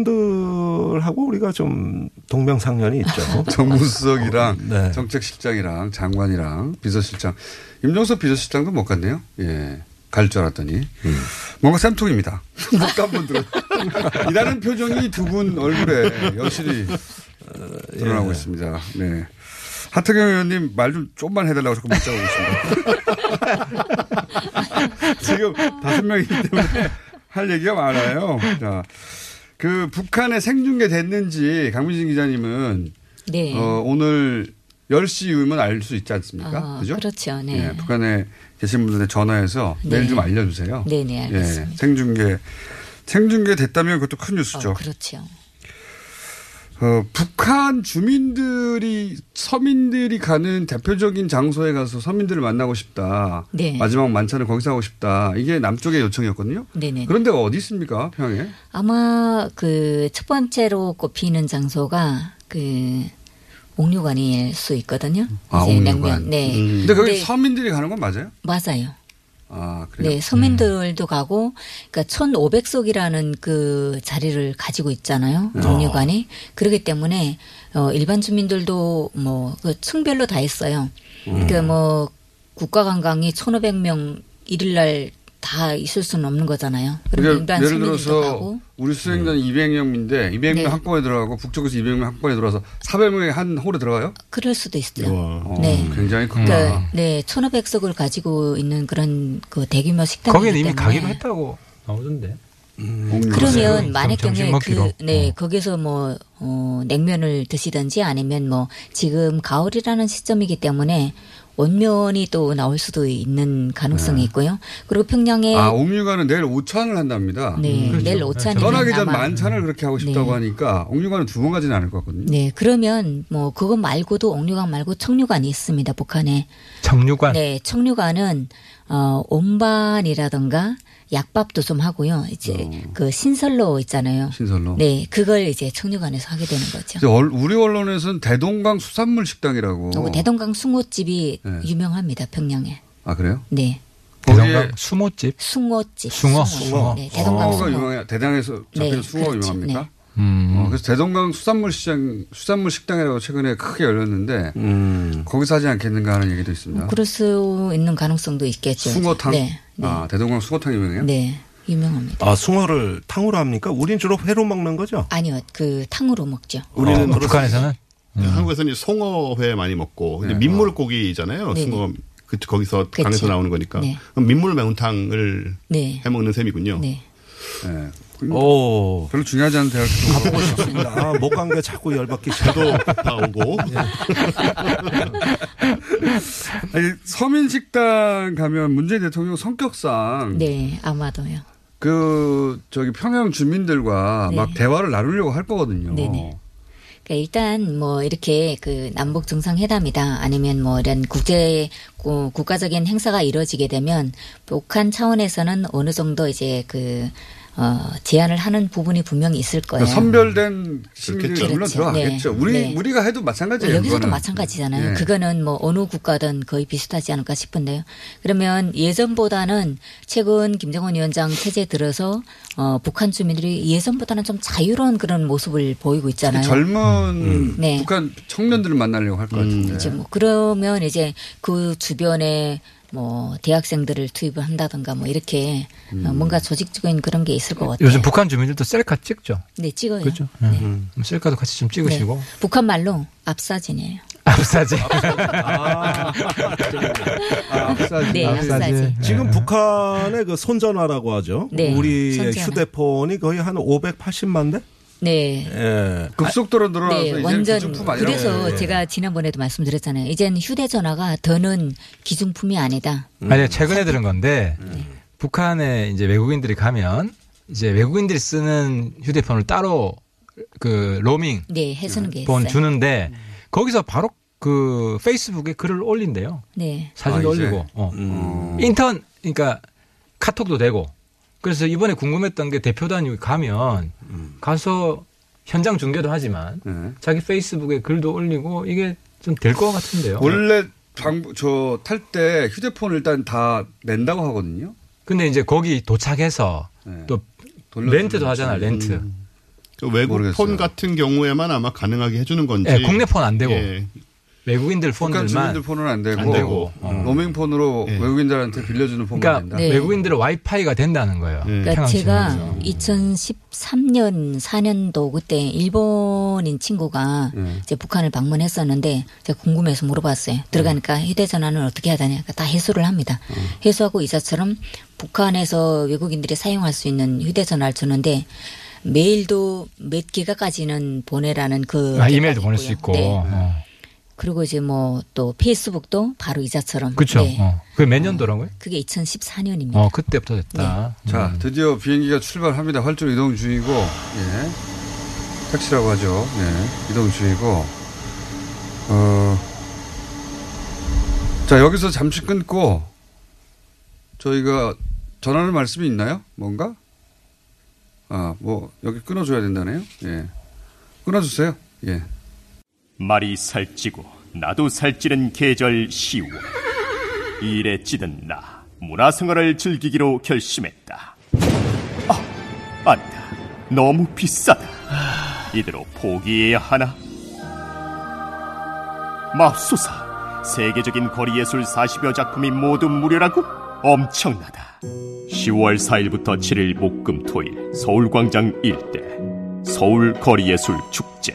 저분들하고 우리가 좀 동명상련이 있죠.
정무수석이랑 정책실장이랑 장관이랑 비서실장 임종석 비서실장도 못 갔네요. 예. 갈 줄 알았더니 뭔가 쌤통입니다. 못 간 분들은 이라는 표정이 두 분 얼굴에 여실히 드러나고
예.
있습니다. 네. 하태경 의원님 말 좀 좀만 해달라고 자꾸 문자가 오고 있습니다. 지금 다섯 명이기 때문에 할 얘기가 많아요. 자, 그 북한에 생중계 됐는지 강민진 기자님은
네.
어, 오늘 10시 이후면 알 수 있지 않습니까?
어,
그러니까? 그죠?
그렇죠. 네.
예, 북한에 계신 분들한테 전화해서
네.
메일 좀 알려주세요.
네네, 알겠습니다.
예, 생중계. 생중계 됐다면 그것도 큰 뉴스죠.
그렇죠.
어, 북한 주민들이 서민들이 가는 대표적인 장소에 가서 서민들을 만나고 싶다.
네.
마지막 만찬을 거기서 하고 싶다. 이게 남쪽의 요청이었거든요.
네네. 네,
그런데 어디 있습니까? 평양에?
아마 그 첫 번째로 꼽히는 장소가 그 옥류관일 수 있거든요.
아,
이제
옥류관.
냉면. 네.
음. 근데 거기 서민들이 가는 건 맞아요?
맞아요.
아, 그래요.
네, 서민들도 가고, 그러니까 1,500석이라는 그 자리를 가지고 있잖아요.
네.
동료관이. 그렇기 때문에, 어, 일반 주민들도 뭐, 그 층별로 다 있어요.
음.
그러니까 뭐, 국가관광이 1,500명 일일날 다 있을 수는 없는 거잖아요. 그럼
그러니까
일반
예를
시민들도
들어서
가고.
우리 수행단 200명인데 200명
네.
한꺼번에 들어가고 북쪽에서 200명 한꺼번에 들어와서 400명이 한 홀에 들어가요?
그럴 수도 있어요.
어,
네.
굉장히 크구나.
그러니까 네, 1,500석을 가지고 있는 그런 그 대규모 식당.
거기는 이미 가기로 했다고 나오던데.
음.
그러면 만의 경우에
먹기로.
그 네 거기서 뭐 어, 냉면을 드시든지 아니면 뭐 지금 가을이라는 시점이기 때문에 온면이 또 나올 수도 있는 가능성이 있고요. 그리고 평양에
네. 아, 옥류관은 내일 오찬을 한답니다.
네, 음, 그렇죠. 내일 오찬이면
떠나기 전
아마-
만찬을 그렇게 하고 싶다고 하니까 옥류관은 두 번 가지는 않을 것 같거든요.
네 그러면 뭐 그것 말고도 옥류관 말고 청류관이 있습니다 북한에.
정류관.
네 청류관은 어, 온반이라든가 약밥도 좀 하고요. 이제 그 신설로 있잖아요.
어. 신설로.
네, 그걸 이제 청류관에서 하게 되는 거죠.
이제 얼- 우리 언론에서는 대동강 수산물 식당이라고.
어, 대동강 숭어집이
네.
유명합니다 평양에.
아 그래요?
네.
대동강
수모집.
숭어집.
숭어. 아.
숭어. 네, 대동강
숭어가
숭어.
유명해요. 대당에서 잡히는
네,
숭어가
그렇죠.
유명합니까?
네.
어, 그래서 대동강 수산물 시장 수산물 식당이라고 최근에 크게 열렸는데 거기서 하지 않겠는가 하는 얘기도 있습니다.
음. 뭐 그럴 수 있는 가능성도 있겠죠.
네. 숭어탕.
그렇죠. 네,
아 대동강 숭어탕 유명해요?
네, 유명합니다.
아 숭어를 탕으로 합니까? 우린 주로 회로 먹는 거죠.
아니요, 그 탕으로 먹죠.
우리는
아,
그렇습니다.
어, 북한에서는
네, 한국에서는 이 송어회 많이 먹고
네.
근데 민물고기잖아요.
네네.
숭어 그 거기서
그치.
강에서 나오는 거니까
네.
그럼 민물 매운탕을
네.
해 먹는 셈이군요.
네.
오.
별로 중요하지 않은 대학
뭐.
가보고 싶습니다. 아, 못 간 게 자꾸 열받기 저도
나오고.
아니, 서민 식당 가면 문재인 대통령 성격상
네, 아마도요.
그 저기 평양 주민들과
네.
막 대화를 나누려고 할 거거든요.
네네. 그러니까 일단 뭐 이렇게 그 남북 정상회담이다 아니면 뭐 이런 국제 고- 국가적인 행사가 이루어지게 되면 북한 차원에서는 어느 정도 이제 그 어, 제안을 하는 부분이 분명히 있을 거예요.
그러니까 선별된 시민들이
그렇죠.
물론 들어가겠죠.
네.
우리
네.
우리가 해도 마찬가지예요.
여기서도
그거는.
마찬가지잖아요.
네.
그거는 뭐 어느 국가든 거의 비슷하지 않을까 싶은데요. 그러면 예전보다는 최근 김정은 위원장 체제 들어서 어, 북한 주민들이 예전보다는 좀 자유로운 그런 모습을 보이고 있잖아요.
젊은
네.
북한 청년들을 만나려고 할 것 같은데.
이제 뭐 그러면 이제 그 주변에 뭐 대학생들을 투입을 한다든가 뭐 이렇게
음.
어, 뭔가 조직적인 그런 게 있을 것 같아요.
요즘 북한 주민들도 셀카 찍죠.
네 찍어요.
그렇죠. 네. 그럼 셀카도 같이 좀 찍으시고.
네. 북한 말로 앞사진이에요.
앞사진.
앞사진.
네, 앞사진.
지금 북한의 그 손전화라고 하죠.
네,
우리의
손전화.
휴대폰이 거의 한 580만 대?
네.
예.
급속도로
네, 완전 그래서 제가 지난번에도 말씀드렸잖아요. 이젠 휴대전화가 더는 기중품이 아니다.
아니 최근에 들은 건데
음.
북한에 이제 외국인들이 가면 이제 외국인들이 쓰는 휴대폰을 따로 그 로밍
네, 해주는 게
폰
있어요. 음.
주는데 거기서 바로 그 페이스북에 글을 올린대요.
네.
사진도
아, 이제?
올리고 어.
음.
인턴 그러니까 카톡도 되고 그래서 이번에 궁금했던 게 대표단이 가면
음.
가서 현장 중계도 하지만
네.
자기 페이스북에 글도 올리고 이게 좀 될 것 같은데요.
원래 저탈 때 휴대폰 일단 다 낸다고 하거든요. 네.
근데 이제 거기 도착해서 또 렌트도 하잖아
거지.
렌트.
음.
그 외국
모르겠어요.
폰 같은 경우에만 아마 가능하게 해주는 건지.
네,
예, 국내 폰 안 되고
예.
외국인들
북한
폰들만
주민들 폰은 안 되고,
안 되고.
로밍 폰으로 외국인들한테 빌려주는 폰만
그러니까
된다. 네.
네.
외국인들의 와이파이가 된다는 거예요.
그러니까
평양
제가
주민에서.
2013년 4년도 그때 일본인 친구가
음.
이제 북한을 방문했었는데 제가 궁금해서 물어봤어요. 들어가니까
네.
휴대전화는 어떻게 하다냐? 그러니까 다 해소를 합니다. 해소하고 이자처럼 북한에서 외국인들이 사용할 수 있는 휴대전화를 주는데 메일도 몇 개가까지는 보내라는 그
아, 이메일도 보낼 수 있고
네.
어.
그리고 이제 뭐 또 페이스북도 바로 이자처럼
그렇죠.
네.
그게 몇 년도라고요? 네.
그게 2014년입니다.
어 그때부터 됐다.
자, 드디어 비행기가 출발합니다. 활주로 이동 중이고, 예. 택시라고 하죠. 예. 이동 중이고, 어, 자, 여기서 잠시 끊고, 저희가 전하는 말씀이 있나요? 뭔가? 아, 뭐, 여기 끊어줘야 된다네요. 예. 끊어주세요. 예.
말이 살찌고 나도 살찌는 계절 10월 일에 찌든 나 문화생활을 즐기기로 결심했다 아, 아니다 너무 비싸다 이대로 포기해야 하나 맙소사 세계적인 거리예술 40여 작품이 모두 무료라고? 엄청나다. 10월 4일부터 7일 목금토일 서울광장 일대 서울 거리예술 축제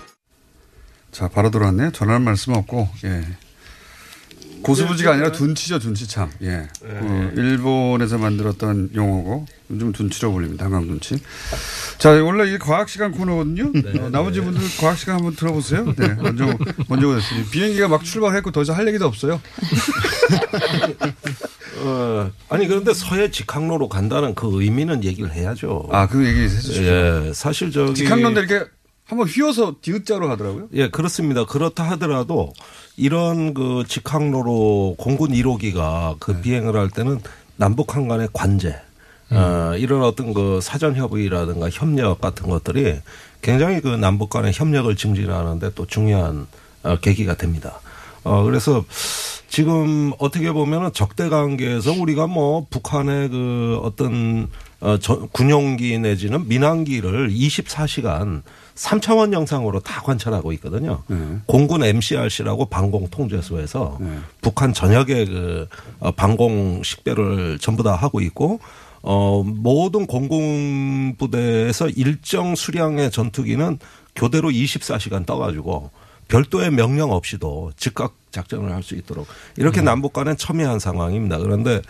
자, 바로 들어왔네요. 전할 말씀 없고, 예. 고수부지가 아니라 둔치죠, 둔치참. 예.
네.
어, 일본에서 만들었던 용어고, 요즘 둔치로 불립니다. 한강 둔치. 자, 원래 이게 과학시간 코너거든요.
네.
어, 나머지 분들 과학시간 한번 들어보세요. 네. 먼저, 먼저 보겠습니다. 비행기가 막 출발했고, 더 이상 할 얘기도 없어요.
어, 아니 그런데 서해 직항로로 간다는 그 의미는 얘기를 해야죠.
아, 그 얘기 해주시죠. 어,
예, 사실 저기
직항론데 이렇게 한번 휘어서 디귿자로 하더라고요.
예, 그렇습니다. 그렇다 하더라도 이런 그 직항로로 공군 1호기가 그 비행을 할 때는 남북 한간의 관제 어, 이런 어떤 그 사전 협의라든가 협력 같은 것들이 굉장히 그 남북 간의 협력을 증진하는데 또 중요한 어, 계기가 됩니다. 어, 그래서 지금 어떻게 보면은 적대 관계에서 우리가 뭐 북한의 그 어떤 어, 저, 군용기 내지는 민항기를 24시간 3차원 영상으로 다 관찰하고 있거든요. 공군 MCRC라고 방공 통제소에서 북한 전역의 그 어, 방공 식별을 전부 다 하고 있고 어 모든 공군 부대에서 일정 수량의 전투기는 교대로 24시간 떠가지고 별도의 명령 없이도 즉각 작전을 할 수 있도록
음.
이렇게 남북 간에 첨예한 상황입니다. 그런데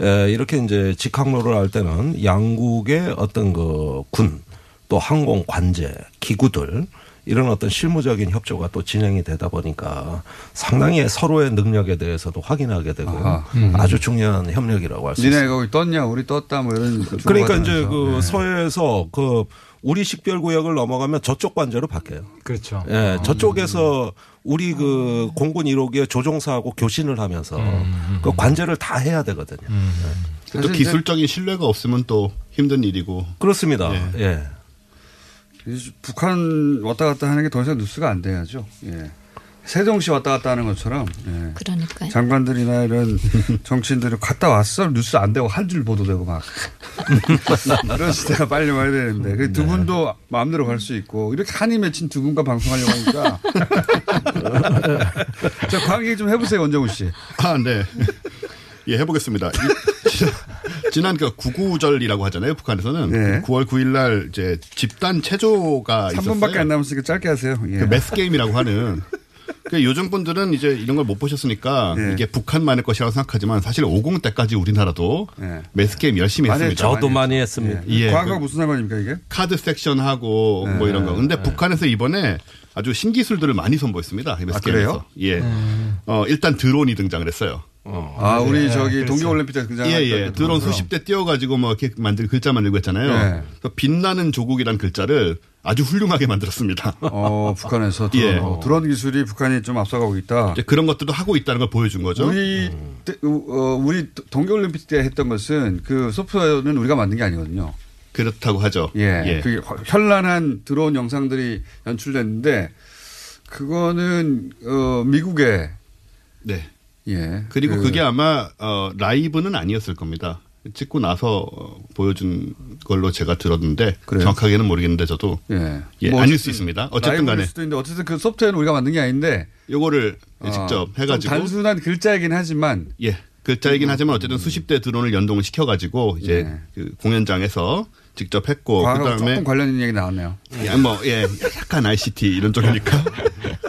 에, 이렇게 이제 직항로를 할 때는 양국의 어떤 그 군, 또 항공 관제, 기구들 이런 어떤 실무적인 협조가 또 진행이 되다 보니까 상당히 서로의 능력에 대해서도 확인하게 되고
음. 아하. 음.
아주 중요한 협력이라고 할 수 있습니다.
니네 거기 떴냐, 우리 떴다, 뭐 이런.
그러니까 이제
중간에서.
그
예.
서해에서 그 우리 식별 구역을 넘어가면 저쪽 관제로 바뀌어요.
그렇죠.
예, 저쪽에서 우리 그 공군 1호기에 조종사하고 교신을
음,
하면서 그 관제를 다 해야 되거든요.
또 기술적인 신뢰가 없으면 또 힘든 일이고.
그렇습니다. 예.
이제 북한 왔다 갔다 하는 게 더 이상 뉴스가 안 돼야죠. 예. 세종시 왔다 갔다 하는 것처럼 예.
그러니까요.
장관들이나 이런 정치인들이 갔다 왔어 뉴스 안 되고 한 줄 보도되고 막 그런 시대가 빨리 와야 되는데 그두
네.
분도 마음대로 갈 수 있고 이렇게 한이 맺힌 두 분과 방송하려고 하니까 자 광희 좀 해보세요 원정우 씨.
아, 네. 예, 해보겠습니다. 이- 지- 지난 그 구구절이라고 하잖아요, 북한에서는.
네.
9월 9일 날 이제 집단 체조가
3분밖에
아, 있었어요.
안 남았으니까 짧게 하세요. 예.
그 메스 게임이라고 하는. 그 요즘 분들은 이제 이런 걸 못 보셨으니까
예.
이게 북한만의 것이라고 생각하지만 사실 50 때까지 우리나라도
예.
메스 게임 열심히
많이
했습니다.
했죠, 저도 많이 많이 했습니다. 했습니다.
예,
과거가
그
무슨 상관입니까 이게? 예.
카드 섹션 하고 뭐 이런 거. 근데 북한에서 이번에 아주 신기술들을 많이 선보였습니다. 이 메스
아,
게임에서.
그래요? 음.
예. 어, 일단 드론이 등장을 했어요.
아, 우리 네, 저기 그래서. 동계올림픽 때 등장했던
예, 예.
그
드론
드론처럼.
수십 대 띄워가지고 뭐 이렇게 만들 글자 만들고 했잖아요.
네.
그래서 빛나는 조국이란 글자를 아주 훌륭하게 만들었습니다. 예.
어, 북한에서 드론, 어, 드론 기술이 북한이 좀 앞서가고 있다.
그런 것들도 하고 있다는 걸 보여준 거죠. 음.
우리 때, 어, 우리 동계올림픽 때 했던 것은 그 소프트웨어는 우리가 만든 게 아니거든요.
그렇다고 하죠.
예,
예.
그 현란한 드론 영상들이 연출됐는데 그거는 어, 미국의
네.
예
그리고
그-
그... 게 아마 어, 라이브는 아니었을 겁니다. 찍고 나서 어, 보여준 걸로 제가 들었는데 정확하게는 모르겠는데 저도
예,
예,
뭐
아닐 수
어쨌든
있습니다. 어쨌든
라이브일
간에
수도 있는데 어쨌든 그 소프트웨어는 우리가 만든 게 아닌데
요거를
어,
직접
좀
해가지고
단순한 글자이긴 하지만 음.
예. 글자이긴 하지만 어쨌든 수십 대 드론을 연동을 시켜가지고 이제 그 공연장에서 직접 했고
예. 과학하고
그다음에
조금 관련 있는 얘기 나왔네요.
예, 뭐, 예, 약간 ICT 이런 쪽이니까.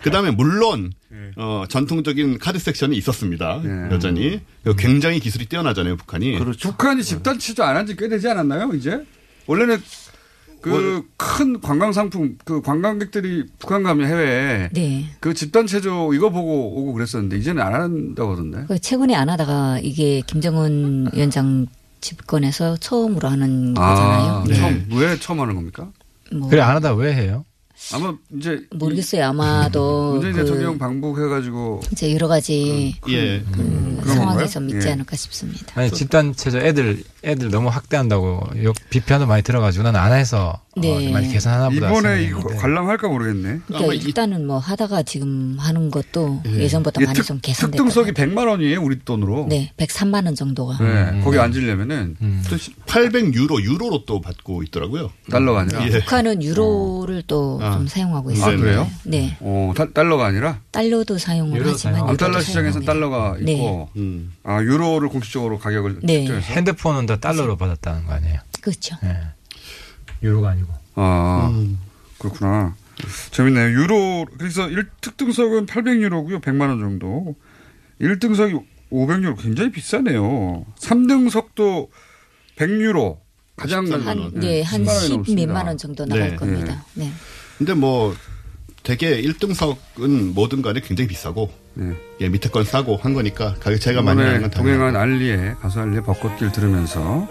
그 다음에 물론,
예.
어, 전통적인 카드 섹션이 있었습니다. 여전히. 그리고 굉장히 기술이 뛰어나잖아요, 북한이.
그렇죠.
북한이 집단 체조 안 한 지 꽤 되지 않았나요? 이제 원래는
뭐,
그 큰 관광 상품 그 관광객들이 북한 가면 해외에
네.
그 집단 체조 이거 보고 오고 그랬었는데 이제는 안 한다고 하던데.
그 최근에 안 하다가 이게 김정은 위원장 집권에서 처음으로 하는 거잖아요.
네.
네.
처음 왜 처음 하는 겁니까?
뭐
그래 안 하다 왜 해요?
아마 이제
모르겠어요. 아마도
음. 문재인 대통령
그
방북해가지고
이제 여러 가지
그- 예.
그
그런
상황에서
건가요?
믿지
예.
않을까 싶습니다.
아니 집단 체제 애들 애들 너무 학대한다고 욕 비판도 많이 들어가지고 난 안 해서 어,
네.
많이 계산하나 보다.
이번에
생각했는데.
이거 관람할까 모르겠네.
그러니까 일단은 뭐 하다가 지금 하는 것도 예전보다
이게
많이
특-
좀 개선될 것
특등석이 100만 원이에요, 우리 돈으로.
네, 103만 원 정도가.
네,
음.
거기 앉으려면은
또 800유로 유로로 또 받고 있더라고요.
달러가 아니라?
예.
북한은 유로를 또 좀
아.
사용하고
아,
있습니다.
그래요?
네.
어, 달- 달러가 아니라
달러도 사용을 하지만
아,
유로도
달러
사용합니다.
시장에서는 달러가
네.
있고 아 유로를 공식적으로 가격을
네.
측정해서.
핸드폰은 다 달러로 받았다는 거 아니에요?
그렇죠.
네.
유로가 아니고.
아
음.
그렇구나. 재밌네요. 유로 그래서 1특등석은 800유로고요. 100만 원 정도. 1등석이 500유로 굉장히 비싸네요. 3등석도 100유로 가장
한, 네, 한 10 몇만 원 정도 나갈 겁니다. 네.
근데 뭐 되게 1등석은 뭐든 간에 굉장히 비싸고 예, 밑에 건 싸고 한 거니까 가격 차이가 많이 나는
오늘
건 당연히
네. 동행한 알리의 가수 알리의 벚꽃길 들으면서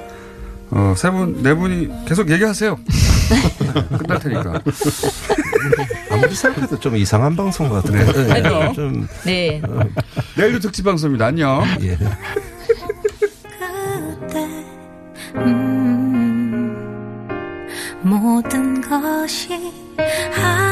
어, 세 분, 네 분이 계속 얘기하세요. 끝날 테니까.
아무리 생각해도 좀 이상한 방송 같은데.
네.
네. 좀
네.
내일도 특집 방송입니다. 안녕.
예.
음,
모든 것이 아